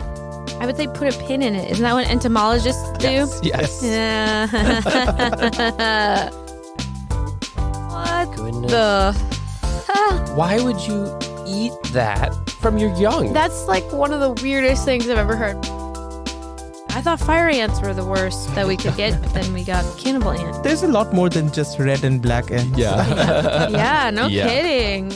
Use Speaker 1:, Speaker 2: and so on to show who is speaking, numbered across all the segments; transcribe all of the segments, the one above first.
Speaker 1: I would say put a pin in it. Isn't that what entomologists do?
Speaker 2: Yes. Yes.
Speaker 1: Yeah. what
Speaker 2: Goodness.
Speaker 1: the?
Speaker 2: Why would you eat that from your young?
Speaker 1: That's like one of the weirdest things I've ever heard. I thought fire ants were the worst that we could get, but then we got cannibal ant.
Speaker 3: There's a lot more than just red and black ants.
Speaker 2: yeah.
Speaker 1: Yeah, no
Speaker 2: Yeah.
Speaker 1: kidding.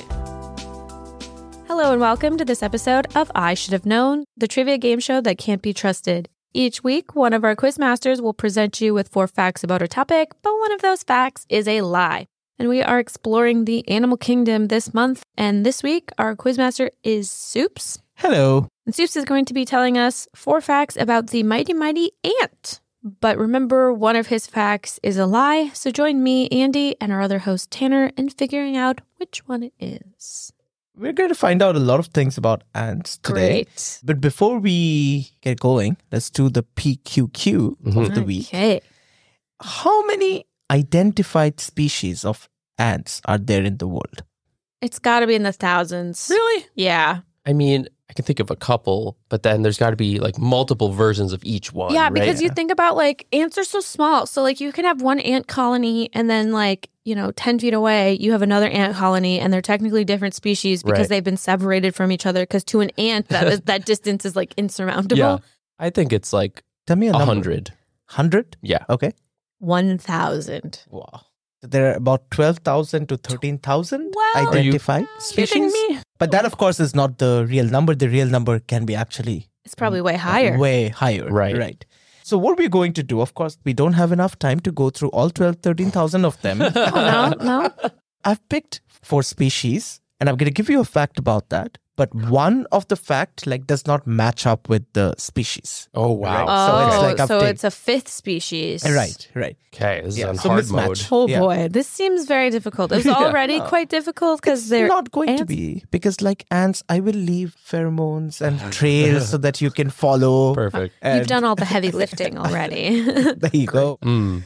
Speaker 1: Hello and welcome to this episode of I Should Have Known, the trivia game show that can't be trusted. Each week, one of our quizmasters will present you with four facts about a topic, but one of those facts is a lie. And we are exploring the animal kingdom this month, and this week our quizmaster is Soups.
Speaker 3: Hello.
Speaker 1: And Seuss is going to be telling us four facts about the mighty, mighty ant. But remember, one of his facts is a lie. So join me, Andy, and our other host, Tanner, in figuring out which one it is.
Speaker 3: We're going to find out a lot of things about ants today.
Speaker 1: Great.
Speaker 3: But before we get going, let's do the PQQ
Speaker 1: Mm-hmm.
Speaker 3: of the week.
Speaker 1: Okay.
Speaker 3: How many identified species of ants are there in the world?
Speaker 1: It's got to be in the thousands.
Speaker 3: Really?
Speaker 1: Yeah.
Speaker 2: I mean, I can think of a couple, but then there's got to be like multiple versions of each
Speaker 3: Oh,
Speaker 2: one.
Speaker 1: yeah,
Speaker 2: right?
Speaker 1: because you think about like ants are so small. So, like, you can have one ant colony and then, like, you know, 10 feet away, you have another ant colony, and they're technically different species because
Speaker 2: Right.
Speaker 1: they've been separated from each other. Because to an ant, that, is, that distance is like insurmountable.
Speaker 2: Yeah. I think it's like
Speaker 3: Tell me a
Speaker 2: a
Speaker 3: number.
Speaker 2: hundred.
Speaker 3: 100?
Speaker 2: Yeah.
Speaker 3: Okay.
Speaker 1: 1,000.
Speaker 2: Wow.
Speaker 3: There are about 12,000 to 13,000
Speaker 1: Wow. Are you
Speaker 3: identified species. But that, of course, is not the real number. The real number can be actually
Speaker 1: It's probably way higher.
Speaker 3: Mm. Way higher.
Speaker 2: Right.
Speaker 3: Right. So what we're going to do, of course, we don't have enough time to go through all 12, 13,000 of them.
Speaker 1: oh, no, no.
Speaker 3: I've picked four species and I'm going to give you a fact about that. But one of the fact like does not match up with the species.
Speaker 2: Oh wow.
Speaker 3: Right. So
Speaker 1: oh,
Speaker 3: it's like up
Speaker 1: so
Speaker 3: to-
Speaker 1: it's a fifth species.
Speaker 3: Right, right.
Speaker 2: Okay, this is on
Speaker 3: so
Speaker 2: hard
Speaker 3: mismatch.
Speaker 2: mode.
Speaker 1: Oh,
Speaker 3: Yeah.
Speaker 1: boy. This seems very difficult. It's
Speaker 3: Yeah.
Speaker 1: already quite difficult because they're.
Speaker 3: not going to
Speaker 1: ants?
Speaker 3: be because like ants, I will leave pheromones and trails so that you can follow.
Speaker 2: Perfect.
Speaker 1: You've
Speaker 3: And-
Speaker 1: done all the heavy lifting already.
Speaker 3: There you go.
Speaker 2: Mm.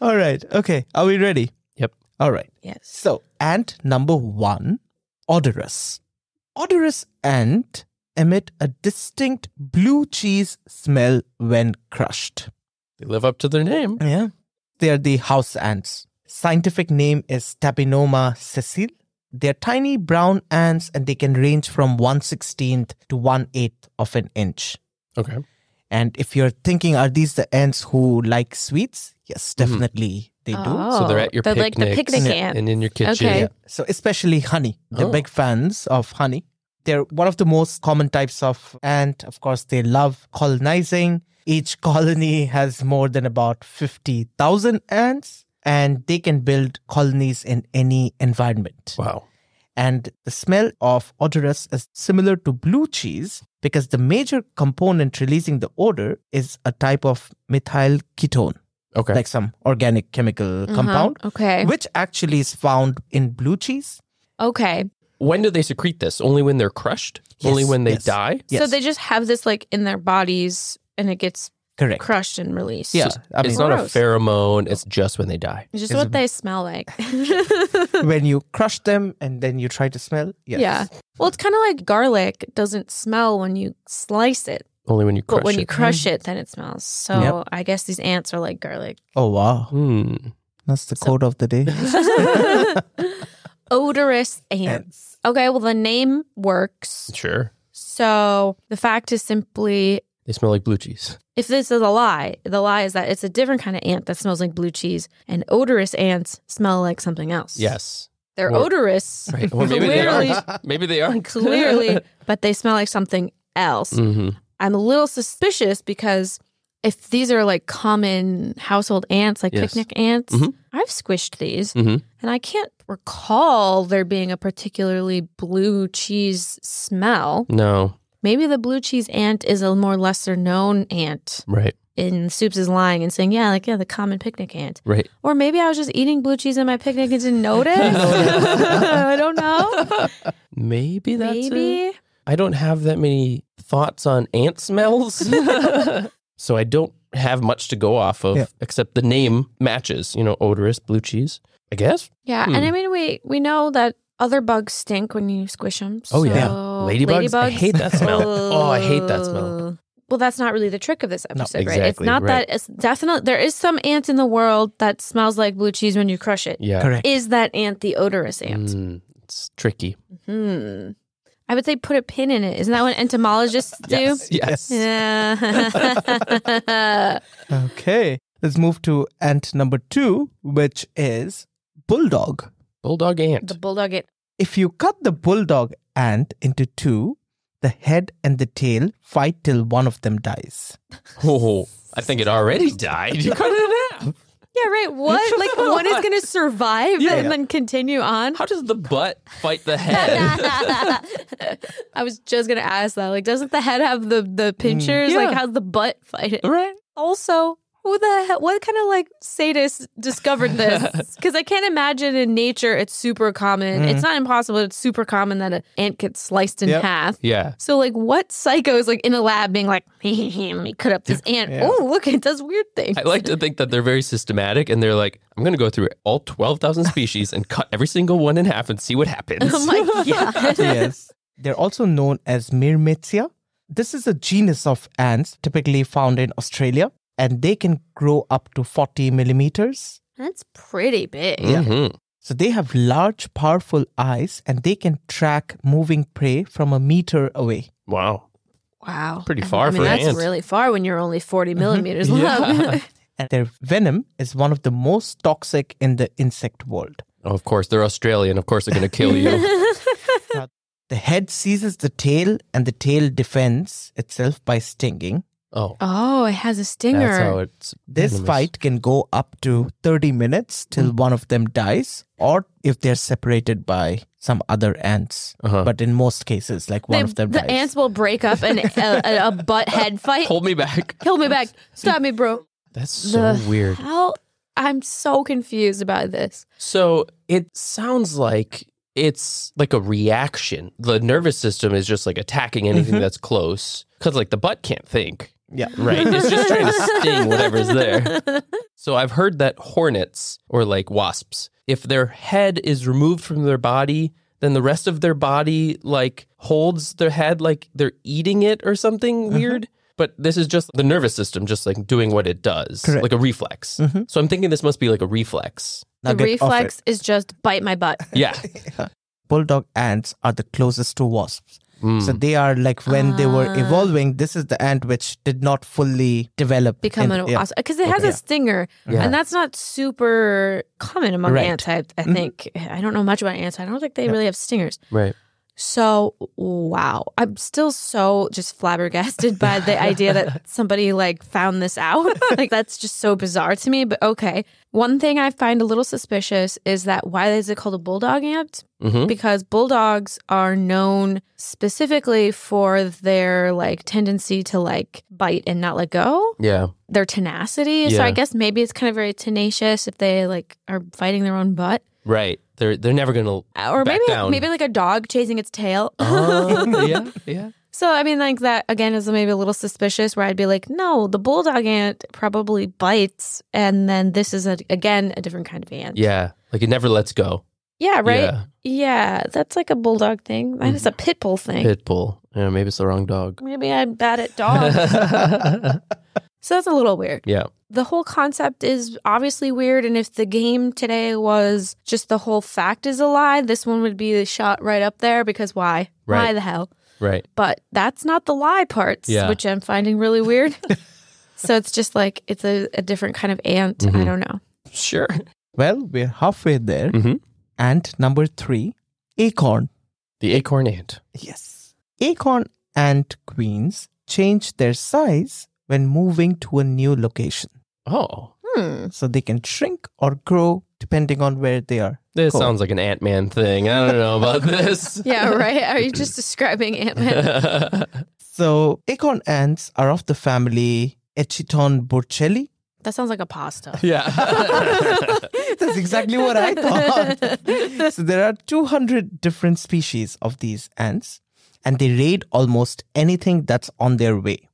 Speaker 3: All right. Okay. Are we ready?
Speaker 2: Yep.
Speaker 3: All right.
Speaker 1: yes.
Speaker 3: So, ant number one, odorous. Odorous ant emit a distinct blue cheese smell when crushed.
Speaker 2: They live up to their name.
Speaker 3: Yeah. They are the house ants. Scientific name is Tapinoma sessile. They're tiny brown ants and they can range from 116th to 1/8 of an inch.
Speaker 2: Okay.
Speaker 3: And if you're thinking, are these the ants who like sweets? Yes, definitely they do.
Speaker 2: So they're
Speaker 1: Oh,
Speaker 2: at your
Speaker 1: they're like
Speaker 2: picnics
Speaker 1: the picnic ant.
Speaker 2: and in your kitchen.
Speaker 1: Okay.
Speaker 3: Yeah. So especially honey. They're
Speaker 2: Oh.
Speaker 3: big fans of honey. They're one of the most common types of ant. Of course, they love colonizing. Each colony has more than about 50,000 ants and they can build colonies in any environment.
Speaker 2: Wow.
Speaker 3: And the smell of odorous is similar to blue cheese because the major component releasing the odor is a type of methyl ketone,
Speaker 2: Okay. Mm-hmm.
Speaker 3: like some organic chemical compound,
Speaker 1: Mm-hmm. Okay.
Speaker 3: which actually is found in blue cheese
Speaker 1: Okay.
Speaker 2: when do they secrete this? Only when they're crushed? Only
Speaker 3: Yes,
Speaker 2: when they
Speaker 3: yes.
Speaker 2: die?
Speaker 1: So
Speaker 3: Yes.
Speaker 1: they just have this like in their bodies and it gets
Speaker 3: Correct.
Speaker 1: crushed and released.
Speaker 3: Yeah. I mean,
Speaker 2: it's not a
Speaker 1: Gross.
Speaker 2: pheromone. It's just when they die.
Speaker 1: It's just
Speaker 3: It's
Speaker 1: what
Speaker 3: a-
Speaker 1: they smell like.
Speaker 3: when you crush them and then you try to smell. Yes.
Speaker 1: Yeah. Well, it's kind of like garlic doesn't smell when you slice it,
Speaker 2: Only when you crush
Speaker 1: but when
Speaker 2: it. Mm.
Speaker 1: you crush it, then it smells. So
Speaker 3: Yep.
Speaker 1: I guess these ants are like garlic.
Speaker 3: Oh, wow.
Speaker 2: Hmm.
Speaker 3: That's the code of the day.
Speaker 1: Odorous ants.
Speaker 3: Ants.
Speaker 1: Okay, well, the name works.
Speaker 2: Sure.
Speaker 1: So the fact is simply
Speaker 2: They smell like blue cheese.
Speaker 1: if this is a lie, the lie is that it's a different kind of ant that smells like blue cheese, and odorous ants smell like something else.
Speaker 2: Yes.
Speaker 1: They're
Speaker 2: Or-
Speaker 1: odorous.
Speaker 2: Right. Well, maybe they
Speaker 1: Clearly.
Speaker 2: aren't. Maybe they aren't.
Speaker 1: clearly, but they smell like something else.
Speaker 2: hmm
Speaker 1: I'm a little suspicious because if these are like common household ants, like
Speaker 2: Yes.
Speaker 1: picnic ants,
Speaker 2: Mhm.
Speaker 1: I've squished these
Speaker 2: Mhm.
Speaker 1: and I can't recall there being a particularly blue cheese smell.
Speaker 2: No.
Speaker 1: Maybe the blue cheese ant is a more lesser known ant.
Speaker 2: Right.
Speaker 1: And Soups is lying and saying, yeah, like, yeah, the common picnic ant.
Speaker 2: Right.
Speaker 1: Or maybe I was just eating blue cheese at my picnic and didn't notice. I don't know.
Speaker 2: Maybe that's it.
Speaker 1: Maybe.
Speaker 2: I don't have that many thoughts on ant smells. so I don't have much to go off of
Speaker 3: Yeah.
Speaker 2: except the name matches, you know, odorous blue cheese, I guess.
Speaker 1: Yeah,
Speaker 2: Hmm.
Speaker 1: and I mean we we know that other bugs stink when you squish them.
Speaker 2: Oh, yeah.
Speaker 1: so-
Speaker 2: Ladybugs? I hate that smell. Oh, I hate that smell.
Speaker 1: Ugh. Well, that's not really the trick of this episode, right? It's
Speaker 2: exactly,
Speaker 1: not
Speaker 2: right.
Speaker 1: that it's definitely there is some ant in the world that smells like blue cheese when you crush it. Is
Speaker 2: Yeah.
Speaker 3: Correct.
Speaker 1: that ant the odorous ant?
Speaker 2: Mm, it's tricky.
Speaker 1: Hmm. I would say put a pin in it. Isn't that what entomologists do?
Speaker 2: Yes. Yes.
Speaker 1: Yeah.
Speaker 3: Okay. Let's move to ant number two, which is bulldog.
Speaker 2: Bulldog
Speaker 1: the
Speaker 2: ant.
Speaker 1: bulldog ant.
Speaker 3: If you cut the bulldog ant into two, the head and the tail fight till one of them dies.
Speaker 2: Oh, I think it already died. You cut it in half.
Speaker 1: Yeah, right. What? Like one is going to survive
Speaker 2: Yeah.
Speaker 1: and then continue on?
Speaker 2: How does the butt fight the head?
Speaker 1: I was just gonna ask that. Like, doesn't the head have the the pinchers? Like,
Speaker 2: Yeah.
Speaker 1: how's the butt fight it?
Speaker 2: right.
Speaker 1: Also, who the hell? What kind of like sadist discovered this? Because I can't imagine in nature it's super common. It's not impossible. It's super common that an ant gets sliced in
Speaker 3: Yep.
Speaker 1: half.
Speaker 2: Yeah.
Speaker 1: So, like, what psycho is like in a lab being like, let me cut up this ant.
Speaker 3: Yeah.
Speaker 1: Oh, look, it does weird things.
Speaker 2: I like to think that they're very systematic and they're like, I'm going to go through all 12,000 species and cut every single one in half and see what happens.
Speaker 1: Oh my god.
Speaker 3: yes. They're also known as Myrmecia. This is a genus of ants typically found in Australia, and they can grow up to 40 millimeters.
Speaker 1: That's pretty big.
Speaker 2: Mhm.
Speaker 3: So they have large, powerful eyes, and they can track moving prey from a meter away.
Speaker 2: Wow.
Speaker 1: Wow.
Speaker 2: Pretty
Speaker 1: I mean-
Speaker 2: far
Speaker 1: I mean,
Speaker 2: for
Speaker 1: that's
Speaker 2: ants.
Speaker 1: really far when you're only 40 millimeters long.
Speaker 2: Yeah.
Speaker 3: And their venom is one of the most toxic in the insect world.
Speaker 2: Oh, of course, they're Australian. Of course, they're going to kill you.
Speaker 3: The head seizes the tail, and the tail defends itself by stinging.
Speaker 2: Oh,
Speaker 1: oh, it has a stinger.
Speaker 2: that's how it's.
Speaker 3: This
Speaker 2: venomous.
Speaker 3: fight can go up to 30 minutes till one of them dies, or if they're separated by some other ants.
Speaker 2: Uh-huh.
Speaker 3: But in most cases, like one
Speaker 1: They-
Speaker 3: of them
Speaker 1: the
Speaker 3: dies.
Speaker 1: ants will break up an, a, a, a butt head fight.
Speaker 2: Hold me back.
Speaker 1: Kill me back. Stop me, bro.
Speaker 2: That's so
Speaker 1: The
Speaker 2: weird.
Speaker 1: How? I'm so confused about this.
Speaker 2: So it sounds like it's like a reaction. The nervous system is just like attacking anything
Speaker 3: Mhm.
Speaker 2: that's close because, like, the butt can't think,
Speaker 3: yeah.
Speaker 2: right? It's just trying to sting whatever's there. So I've heard that hornets or like wasps, if their head is removed from their body, then the rest of their body like holds their head like they're eating it or something weird. But this is just the nervous system just like doing what it does,
Speaker 3: Correct.
Speaker 2: like a reflex.
Speaker 3: Mhm.
Speaker 2: So I'm thinking this must be like a reflex.
Speaker 3: Now
Speaker 1: The
Speaker 3: get off it.
Speaker 1: reflex is just bite my butt.
Speaker 2: Yeah.
Speaker 3: bulldog ants are the closest to wasps.
Speaker 2: Mm.
Speaker 3: So they are like when they were
Speaker 1: Ah.
Speaker 3: evolving, this is the ant which did not fully develop.
Speaker 1: Become
Speaker 3: in-
Speaker 1: an
Speaker 3: yeah.
Speaker 1: wasp because it has
Speaker 2: Okay.
Speaker 1: a stinger,
Speaker 2: Yeah.
Speaker 1: and that's not super common among
Speaker 3: Right.
Speaker 1: ants. I,
Speaker 2: Mm-hmm.
Speaker 1: I think I don't know much about ants. I don't think they really have stingers.
Speaker 2: right.
Speaker 1: So, wow. I'm still so just flabbergasted by the idea that somebody like found this out. like, that's just so bizarre to me, but okay. One thing I find a little suspicious is that why is it called a bulldog ant?
Speaker 2: hmm
Speaker 1: Because bulldogs are known specifically for their like tendency to like bite and not let go,
Speaker 2: Yeah.
Speaker 1: their tenacity. So, I
Speaker 2: Yeah.
Speaker 1: guess maybe it's kind of very tenacious if they like are fighting their own butt.
Speaker 2: Right. They're they're never gonna.
Speaker 1: Or
Speaker 2: Back
Speaker 1: maybe
Speaker 2: down.
Speaker 1: maybe like a dog chasing its tail.
Speaker 2: Oh, yeah. Yeah.
Speaker 1: So I mean, like that again is maybe a little suspicious. Where I'd be like, no, the bulldog ant probably bites, and then this is a, again a different kind of ant.
Speaker 2: Yeah. Like it never lets go.
Speaker 1: Yeah, right.
Speaker 2: Yeah. Mm-hmm.
Speaker 1: Yeah. that's like a bulldog thing. Mine is a pit bull thing.
Speaker 2: Pitbull. Yeah. Maybe it's the wrong dog.
Speaker 1: Maybe I'm bad at dogs,
Speaker 2: Oh.
Speaker 1: so that's a little weird.
Speaker 2: yeah.
Speaker 1: The whole concept is obviously weird, and if the game today was just the whole fact is a lie, this one would be shot right up there because why? Why
Speaker 2: Right.
Speaker 1: the hell?
Speaker 2: Right.
Speaker 1: but that's not the lie parts,
Speaker 2: Yeah.
Speaker 1: which I'm finding really weird. so it's just like it's a, a different kind of ant. I
Speaker 2: Mhm.
Speaker 1: don't know.
Speaker 2: Sure.
Speaker 3: well, we're halfway there.
Speaker 2: Mhm.
Speaker 3: Ant number three, acorn.
Speaker 2: The acorn ant.
Speaker 3: Yes. Acorn ant queens change their size when moving to a new location.
Speaker 2: Oh,
Speaker 1: Hmm.
Speaker 3: So they can shrink or grow depending on where they are.
Speaker 2: this
Speaker 3: Cool.
Speaker 2: sounds like an Ant Man thing. I don't know about this.
Speaker 1: Yeah, right. Are you just describing Ant Man?
Speaker 3: So acorn ants are of the family Echiton
Speaker 1: That sounds like a pasta.
Speaker 2: yeah.
Speaker 3: That's exactly what I thought. so there are 200 different species of these ants, and they raid almost anything that's on their way.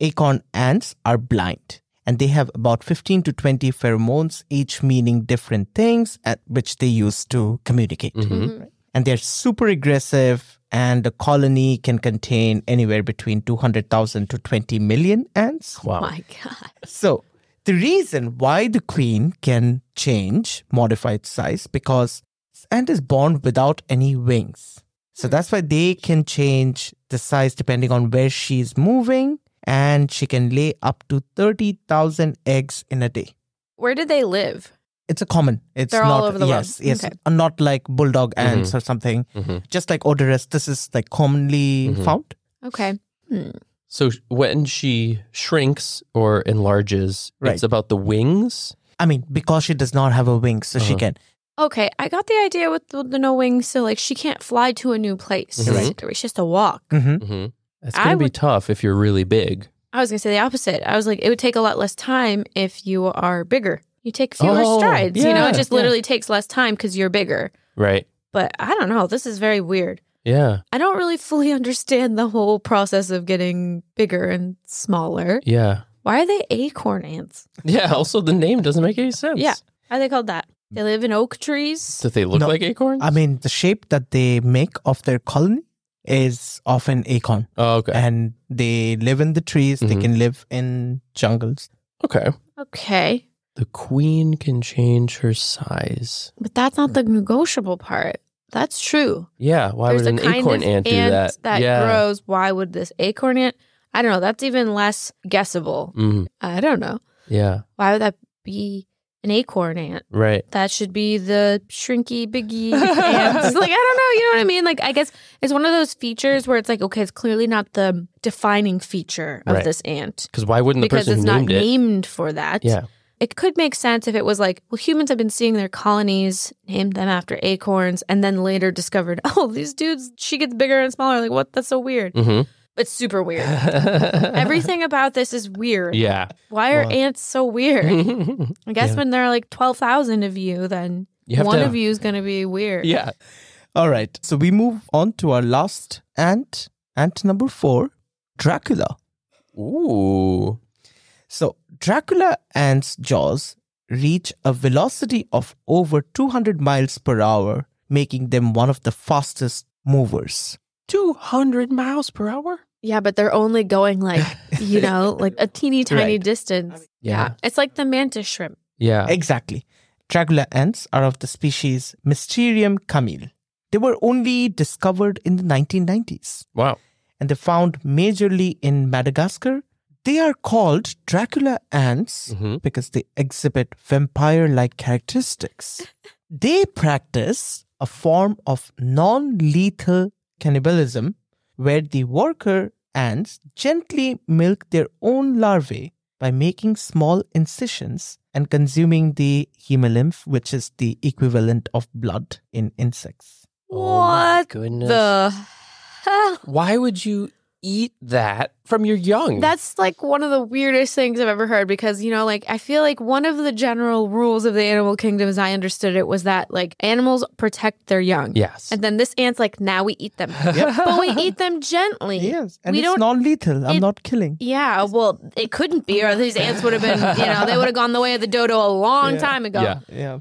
Speaker 3: Acorn ants are blind, and they have about 15 to 20 pheromones, each meaning different things at which they use to communicate.
Speaker 2: Mhm.
Speaker 1: Mhm.
Speaker 3: and they're super aggressive and the colony can contain anywhere between 200,000 to 20 million ants.
Speaker 2: Wow.
Speaker 1: My God.
Speaker 3: So the reason why the queen can change, modify its size, because ant is born without any wings. So that's why they can change the size depending on where she's moving, and she can lay up to 30,000 eggs in a day.
Speaker 1: Where did they live?
Speaker 3: It's a common. It's
Speaker 1: They're
Speaker 3: not,
Speaker 1: all over the world.
Speaker 3: yes, Yes,
Speaker 1: Okay.
Speaker 3: uh, not like bulldog ants or something.
Speaker 2: Mhm.
Speaker 3: Just like odorous, this is like commonly
Speaker 2: Mhm.
Speaker 3: found.
Speaker 1: Okay. Hmm.
Speaker 2: So sh- when she shrinks or enlarges,
Speaker 3: Right.
Speaker 2: it's about the wings.
Speaker 3: I mean, because she does not have a wing, so she
Speaker 2: Uh-huh.
Speaker 3: can.
Speaker 1: Okay, I got the idea with the, the no wings. So, like, she can't fly to a new place.
Speaker 2: Mhm.
Speaker 1: Right. She has to walk.
Speaker 3: Mhm.
Speaker 2: Mm-hmm. That's
Speaker 1: I
Speaker 2: gonna be
Speaker 1: would-
Speaker 2: tough if you're really big.
Speaker 1: I was going to say the opposite. I was like, it would take a lot less time if you are bigger. You take fewer
Speaker 2: Oh,
Speaker 1: strides. you know,
Speaker 2: yeah,
Speaker 1: it just
Speaker 2: yeah.
Speaker 1: literally takes less time because you're bigger.
Speaker 2: Right.
Speaker 1: But I don't know. This is very weird.
Speaker 2: Yeah.
Speaker 1: I don't really fully understand the whole process of getting bigger and smaller.
Speaker 2: Yeah.
Speaker 1: Why are they acorn ants?
Speaker 2: Yeah. Also, the name doesn't make any sense.
Speaker 1: Yeah. Why Are they called that? They live in oak trees.
Speaker 2: Do they look
Speaker 3: No.
Speaker 2: like acorns?
Speaker 3: I mean, the shape that they make of their colony is of an acorn,
Speaker 2: Oh, okay.
Speaker 3: and they live in the trees. They
Speaker 2: Mhm.
Speaker 3: can live in jungles.
Speaker 2: Okay.
Speaker 1: Okay.
Speaker 2: The queen can change her size.
Speaker 1: But that's not the negotiable part. That's true.
Speaker 2: Yeah. Why
Speaker 1: There's
Speaker 2: would an
Speaker 1: a kind
Speaker 2: acorn
Speaker 1: of
Speaker 2: ant do
Speaker 1: ant
Speaker 2: that? yeah.
Speaker 1: grows. Why would this acorn ant? I don't know. That's even less guessable.
Speaker 2: Mhm.
Speaker 1: I don't know.
Speaker 2: Yeah.
Speaker 1: Why would that be an acorn ant?
Speaker 2: Right.
Speaker 1: That should be the shrinky biggie ants. Like, I don't know. You know what I mean? Like, I guess it's one of those features where it's like, okay, it's clearly not the defining feature of
Speaker 2: Right.
Speaker 1: this ant
Speaker 2: Because why wouldn't the
Speaker 1: because
Speaker 2: person
Speaker 1: it's
Speaker 2: who
Speaker 1: not
Speaker 2: named it?
Speaker 1: named for that.
Speaker 2: Yeah.
Speaker 1: It could make sense if it was like, well, humans have been seeing their colonies, named them after acorns, and then later discovered, oh, these dudes, she gets bigger and smaller. Like, what? That's so weird.
Speaker 2: Mm-hmm.
Speaker 1: It's super weird. Everything about this is weird.
Speaker 2: Yeah. mm-hmm.
Speaker 1: Why are
Speaker 3: Well-
Speaker 1: ants so weird?
Speaker 2: you
Speaker 1: I guess
Speaker 3: Yeah.
Speaker 1: when there are like 12,000 of you, then
Speaker 2: have
Speaker 1: one
Speaker 2: to.
Speaker 1: of you is going to be weird.
Speaker 2: Yeah.
Speaker 3: All right, so we move on to our last ant, ant number four, Dracula.
Speaker 2: Ooh.
Speaker 3: So Dracula ants' jaws reach a velocity of over 200 miles per hour, making them one of the fastest movers.
Speaker 2: 200 miles per hour?
Speaker 1: Yeah, but they're only going like, you know, like a teeny tiny
Speaker 3: Right.
Speaker 1: distance.
Speaker 2: Yeah.
Speaker 1: It's like the mantis shrimp.
Speaker 2: Yeah.
Speaker 3: Exactly. Dracula ants are of the species Mysterium camille. They were only discovered in the 1990s
Speaker 2: Wow.
Speaker 3: and they're found majorly in Madagascar. They are called Dracula ants
Speaker 2: Mhm.
Speaker 3: because they exhibit vampire like characteristics. they practice a form of non lethal cannibalism where the worker ants gently milk their own larvae by making small incisions and consuming the hemolymph, which is the equivalent of blood in insects.
Speaker 2: Oh my
Speaker 1: What
Speaker 2: goodness.
Speaker 1: The hell?
Speaker 2: Why would you eat that from your young?
Speaker 1: That's like one of the weirdest things I've ever heard because, you know, like I feel like one of the general rules of the animal kingdom, as I understood it, was that like animals protect their young.
Speaker 2: yes.
Speaker 1: And then this ant's like, now we eat them. but we eat them gently.
Speaker 3: Yes, and
Speaker 1: we
Speaker 3: it's
Speaker 1: don't-
Speaker 3: non lethal. I'm
Speaker 1: it-
Speaker 3: not killing.
Speaker 1: Yeah, well, it couldn't be, or these ants would have been, you know, they would have gone the way of the dodo a long
Speaker 3: Yeah.
Speaker 1: time ago.
Speaker 2: Yeah.
Speaker 3: Yeah.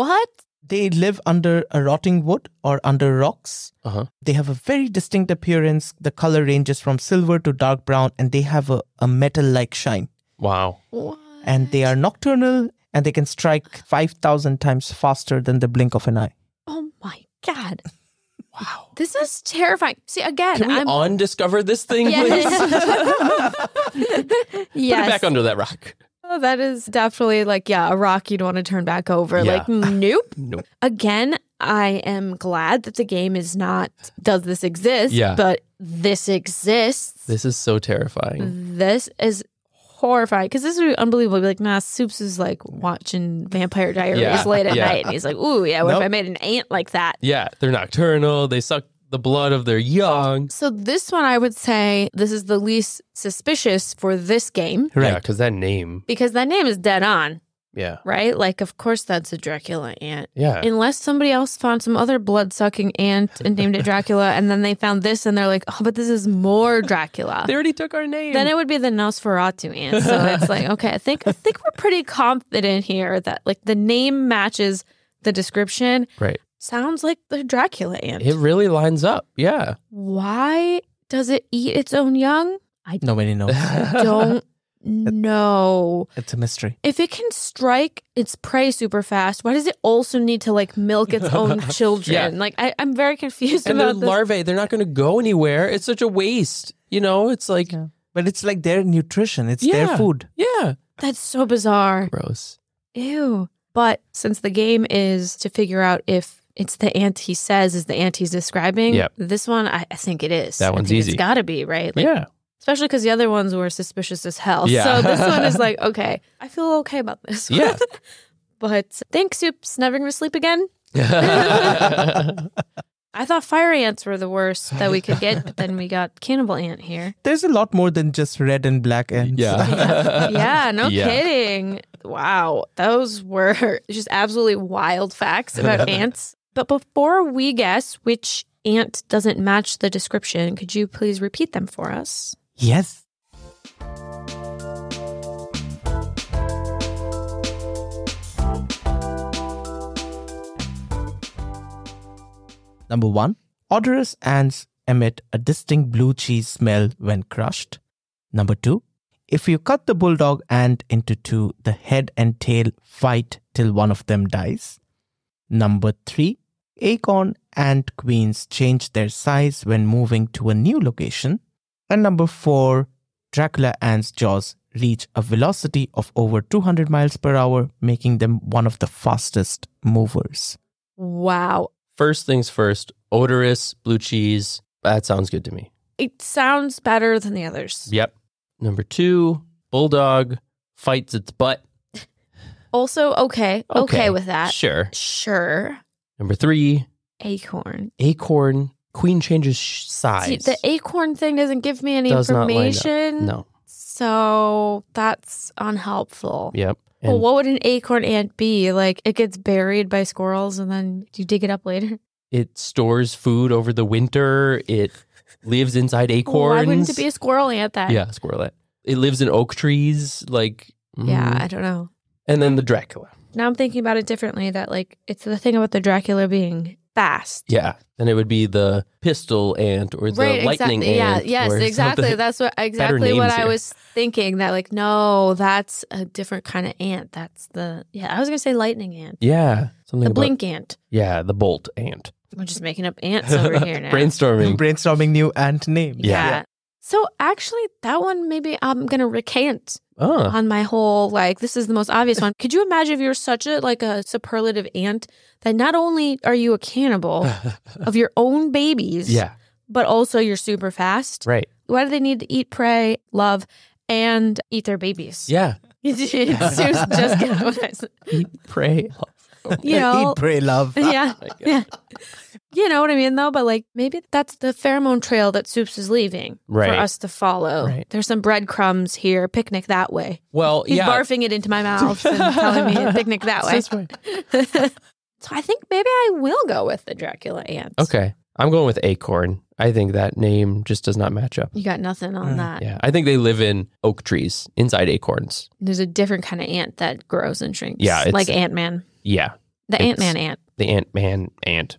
Speaker 1: What?
Speaker 3: They live under a rotting wood or under rocks.
Speaker 2: Uh-huh.
Speaker 3: They have a very distinct appearance. The color ranges from silver to dark brown, and they have a, a metal like shine.
Speaker 2: Wow.
Speaker 1: What?
Speaker 3: And they are nocturnal and they can strike 5,000 times faster than the blink of an eye.
Speaker 1: Oh my God.
Speaker 2: Wow.
Speaker 1: This is terrifying. See, again,
Speaker 2: Can we
Speaker 1: I'm.
Speaker 2: undiscover this thing, please?
Speaker 1: yes.
Speaker 2: Put it back under that rock.
Speaker 1: Oh, that is definitely like, yeah, a rock you'd want to turn back over.
Speaker 2: Yeah.
Speaker 1: Like, nope.
Speaker 2: Nope.
Speaker 1: Again, I am glad that the game is not, does this exist?
Speaker 2: Yeah.
Speaker 1: But this exists.
Speaker 2: This is so
Speaker 1: Mm.
Speaker 2: terrifying.
Speaker 1: This is horrifying because this would be unbelievable. It'd be like, nah, Soups is like watching Vampire Diaries
Speaker 2: Yeah.
Speaker 1: late at
Speaker 2: Yeah.
Speaker 1: night. And he's like, ooh, yeah, what
Speaker 3: Nope.
Speaker 1: if I made an ant like that?
Speaker 2: Yeah, they're nocturnal. They suck the blood of their young.
Speaker 1: So this one, I would say this is the least suspicious for this game
Speaker 2: Right.
Speaker 3: Right.
Speaker 2: because that name.
Speaker 1: because that name is dead on,
Speaker 2: Yeah.
Speaker 1: right? Like, of course, that's a Dracula ant.
Speaker 2: Yeah.
Speaker 1: Unless somebody else found some other blood sucking ant and named it Dracula, and then they found this and they're like, oh, but this is more Dracula.
Speaker 2: they already took our name.
Speaker 1: Then it would be the Nosferatu ant. So it's like, okay, I think I think we're pretty confident here that like the name matches the description.
Speaker 2: right.
Speaker 1: Sounds like the Dracula ant.
Speaker 2: It really lines up. Yeah.
Speaker 1: Why does it eat its own young?
Speaker 3: Nobody knows.
Speaker 1: Don't know.
Speaker 3: it's a mystery.
Speaker 1: If it can strike its prey super fast, why does it also need to like milk its own children? Like I, I'm very confused
Speaker 2: and they're
Speaker 1: about this.
Speaker 2: larvae. They're not going to go anywhere. It's such a waste. You know, it's like,
Speaker 3: Yeah. But it's like their nutrition, it's their
Speaker 2: Yeah.
Speaker 3: food.
Speaker 2: yeah.
Speaker 1: That's so bizarre.
Speaker 2: Gross.
Speaker 1: Ew. But since the game is to figure out if it's the ant he says is the ant he's describing,
Speaker 2: Yep.
Speaker 1: this one I, I think it is.
Speaker 2: That
Speaker 1: I
Speaker 2: one's
Speaker 1: think It's
Speaker 2: easy.
Speaker 1: got to be right. Like,
Speaker 2: yeah.
Speaker 1: Especially because the other ones were suspicious as hell.
Speaker 2: Yeah.
Speaker 1: So this one is like okay. I feel okay about this. one.
Speaker 2: Yeah.
Speaker 1: but thanks, Soups. Never gonna sleep again. I thought fire ants were the worst that we could get, but then we got cannibal ant here.
Speaker 3: There's a lot more than just red and black ants.
Speaker 2: yeah.
Speaker 1: yeah, no
Speaker 2: Yeah.
Speaker 1: kidding. Wow. Those were just absolutely wild facts about ants. But before we guess which ant doesn't match the description, could you please repeat them for us?
Speaker 3: yes. Number one, odorous ants emit a distinct blue cheese smell when crushed. Number two, if you cut the bulldog ant into two, the head and tail fight till one of them dies. Number three, acorn ant queens change their size when moving to a new location. And number four, Dracula ants' jaws reach a velocity of over 200 miles per hour, making them one of the fastest movers.
Speaker 1: Wow.
Speaker 2: First things first, odorous blue cheese. That sounds good to me.
Speaker 1: It sounds better than the others.
Speaker 2: Yep. Number two, bulldog fights its butt.
Speaker 1: Also, okay. Okay,
Speaker 2: Okay.
Speaker 1: with that.
Speaker 2: Sure.
Speaker 1: Sure.
Speaker 2: Number three,
Speaker 1: Acorn.
Speaker 2: acorn queen changes sh-
Speaker 1: See,
Speaker 2: size.
Speaker 1: the acorn thing doesn't give me any
Speaker 2: Does not line up.
Speaker 1: information.
Speaker 2: no.
Speaker 1: So that's unhelpful.
Speaker 2: Yep.
Speaker 1: well,
Speaker 2: And-
Speaker 1: what would an acorn ant be? Like it gets buried by squirrels and then you dig it up later?
Speaker 2: It stores food over the winter. It lives inside acorns.
Speaker 1: Why wouldn't it be a squirrel ant then?
Speaker 2: yeah, squirrelet. It lives in oak trees, like
Speaker 1: Yeah,
Speaker 2: mm.
Speaker 1: I don't know.
Speaker 2: And then the Dracula.
Speaker 1: Now I'm thinking about it differently that like it's the thing about the Dracula being fast.
Speaker 2: Yeah, then it would be the pistol ant or the
Speaker 1: right,
Speaker 2: lightning
Speaker 1: exactly.
Speaker 2: ant.
Speaker 1: yeah, yes,
Speaker 2: or
Speaker 1: exactly.
Speaker 2: something.
Speaker 1: That's what exactly what
Speaker 2: names
Speaker 1: I
Speaker 2: here.
Speaker 1: was thinking. That like, no, that's a different kind of ant. That's the yeah. I was gonna say lightning ant,
Speaker 2: yeah, something
Speaker 1: the
Speaker 2: about-
Speaker 1: blink ant.
Speaker 2: yeah, the bolt ant.
Speaker 1: We're just making up ants over here now.
Speaker 2: Brainstorming.
Speaker 3: Brainstorming new ant name.
Speaker 2: Yeah.
Speaker 1: yeah. So actually, that one maybe I'm gonna recant
Speaker 2: oh,
Speaker 1: on my whole like this is the most obvious one could you imagine if you're such a like a superlative ant that not only are you a cannibal of your own babies
Speaker 2: yeah,
Speaker 1: but also you're super fast
Speaker 2: right.
Speaker 1: why do they need to eat prey love and eat their babies
Speaker 2: Yeah,
Speaker 1: it's just, just kind of what I said.
Speaker 2: eat pray.
Speaker 1: you know
Speaker 3: Eat, pray, love.
Speaker 1: yeah yeah you know what i mean though but like maybe that's the pheromone trail that soups is leaving
Speaker 2: Right.
Speaker 1: for us to follow
Speaker 2: Right.
Speaker 1: there's some breadcrumbs here picnic that way
Speaker 2: Well,
Speaker 1: He's
Speaker 2: yeah,
Speaker 1: barfing it into my mouth and telling me to picnic that
Speaker 2: it's
Speaker 1: way.
Speaker 2: this way.
Speaker 1: so I think maybe I will go with the Dracula ant.
Speaker 2: Okay, I'm going with acorn. I think that name just does not match up.
Speaker 1: You got nothing on
Speaker 3: Mm,
Speaker 1: that.
Speaker 2: Yeah, I think they live in oak trees inside acorns.
Speaker 1: There's a different kind of ant that grows and shrinks.
Speaker 2: Yeah, it's-
Speaker 1: like Ant Man,
Speaker 2: Yeah,
Speaker 1: the
Speaker 2: it's-
Speaker 1: Ant Man ant.
Speaker 2: the ant man ant.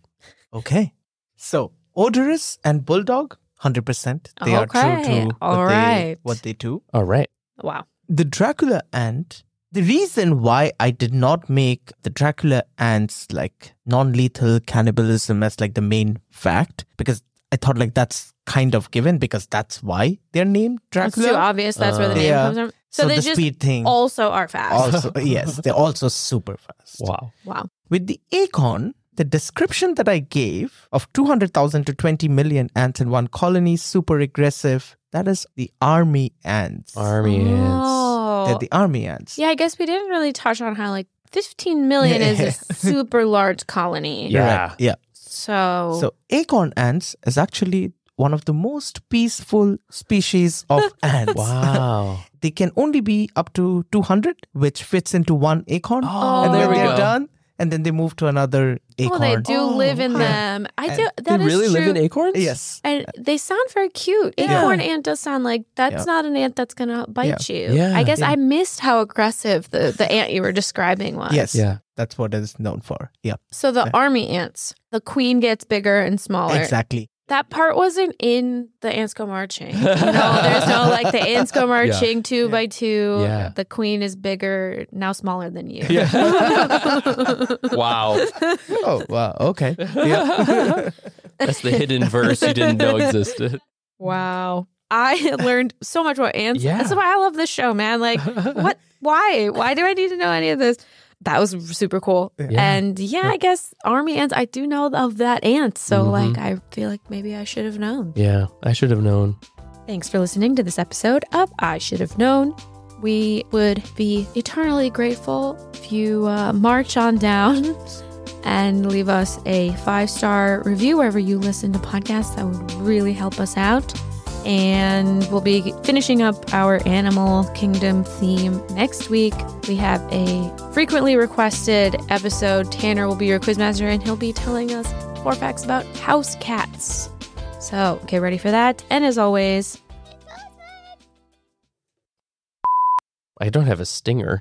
Speaker 3: Okay. So, odorous and bulldog, 100%. They are true
Speaker 1: Okay.
Speaker 3: to what,
Speaker 1: All
Speaker 3: they,
Speaker 1: right.
Speaker 3: what they do.
Speaker 2: All Oh, right.
Speaker 1: Wow.
Speaker 3: The Dracula ant, the reason why I did not make the Dracula ants like non lethal cannibalism as like the main fact, because I thought like that's kind of given because that's why they're named
Speaker 1: That's too
Speaker 3: Dracula. Uh,
Speaker 1: obvious. That's where the name
Speaker 3: Yeah.
Speaker 1: comes from. So,
Speaker 3: so
Speaker 1: they
Speaker 3: the
Speaker 1: just
Speaker 3: speed thing.
Speaker 1: also are fast.
Speaker 3: also, yes, they're also super fast.
Speaker 2: Wow.
Speaker 1: Wow.
Speaker 3: With the acorn, the description that I gave of 200,000 to 20 million ants in one colony, super aggressive, that is the army ants.
Speaker 2: Army ants.
Speaker 3: They're
Speaker 1: Oh.
Speaker 3: the army ants.
Speaker 1: Yeah, I guess we didn't really touch on how like 15 million is a super large colony.
Speaker 2: Yeah.
Speaker 3: You're right. Yeah.
Speaker 1: So,
Speaker 3: So acorn ants is actually one of the most peaceful species of ants.
Speaker 2: Wow.
Speaker 3: They can only be up to 200, which fits into one acorn.
Speaker 1: Oh.
Speaker 3: and then
Speaker 1: there we
Speaker 3: they're
Speaker 1: go.
Speaker 3: done, and then they move to another acorn.
Speaker 1: oh, they do
Speaker 2: Oh,
Speaker 1: live in
Speaker 2: yeah.
Speaker 1: them. I
Speaker 3: And
Speaker 1: do. That
Speaker 2: they
Speaker 1: is
Speaker 2: really
Speaker 1: true.
Speaker 2: live in acorns?
Speaker 3: Yes.
Speaker 1: And they sound very cute.
Speaker 3: Yeah.
Speaker 1: Acorn ant does sound like that's
Speaker 3: Yeah.
Speaker 1: not an ant that's gonna bite you.
Speaker 2: Yeah.
Speaker 1: I guess
Speaker 3: Yeah.
Speaker 1: I missed how aggressive the, the ant you were describing was.
Speaker 3: Yes.
Speaker 2: Yeah.
Speaker 3: That's what it's known for. Yeah,
Speaker 1: So the
Speaker 3: Yeah.
Speaker 1: army ants, the queen gets bigger and smaller.
Speaker 3: exactly.
Speaker 1: That part wasn't in the ants go marching. You know, there's no like the ants go marching two
Speaker 3: Yeah.
Speaker 1: by two.
Speaker 2: Yeah.
Speaker 1: The queen is bigger now, smaller than you.
Speaker 2: Yeah. Wow.
Speaker 3: Oh, wow. Okay. Yeah.
Speaker 2: That's the hidden verse you didn't know existed.
Speaker 1: Wow. I learned so much about ants.
Speaker 2: Yeah.
Speaker 1: That's why I love this show, man. Like, what? Why? Why do I need to know any of this? That was super cool.
Speaker 2: Yeah.
Speaker 1: And yeah, I guess army ants, I do know of that ant. So,
Speaker 2: Mhm.
Speaker 1: like, I feel like maybe I should have known.
Speaker 2: Yeah, I should have known.
Speaker 1: Thanks for listening to this episode of I Should Have Known. We would be eternally grateful if you uh, march on down and leave us a five star review wherever you listen to podcasts. That would really help us out. And we'll be finishing up our animal kingdom theme next week. We have a frequently requested episode. Tanner will be your quizmaster, and he'll be telling us four facts about house cats. So get ready for that. And as always,
Speaker 2: I don't have a stinger.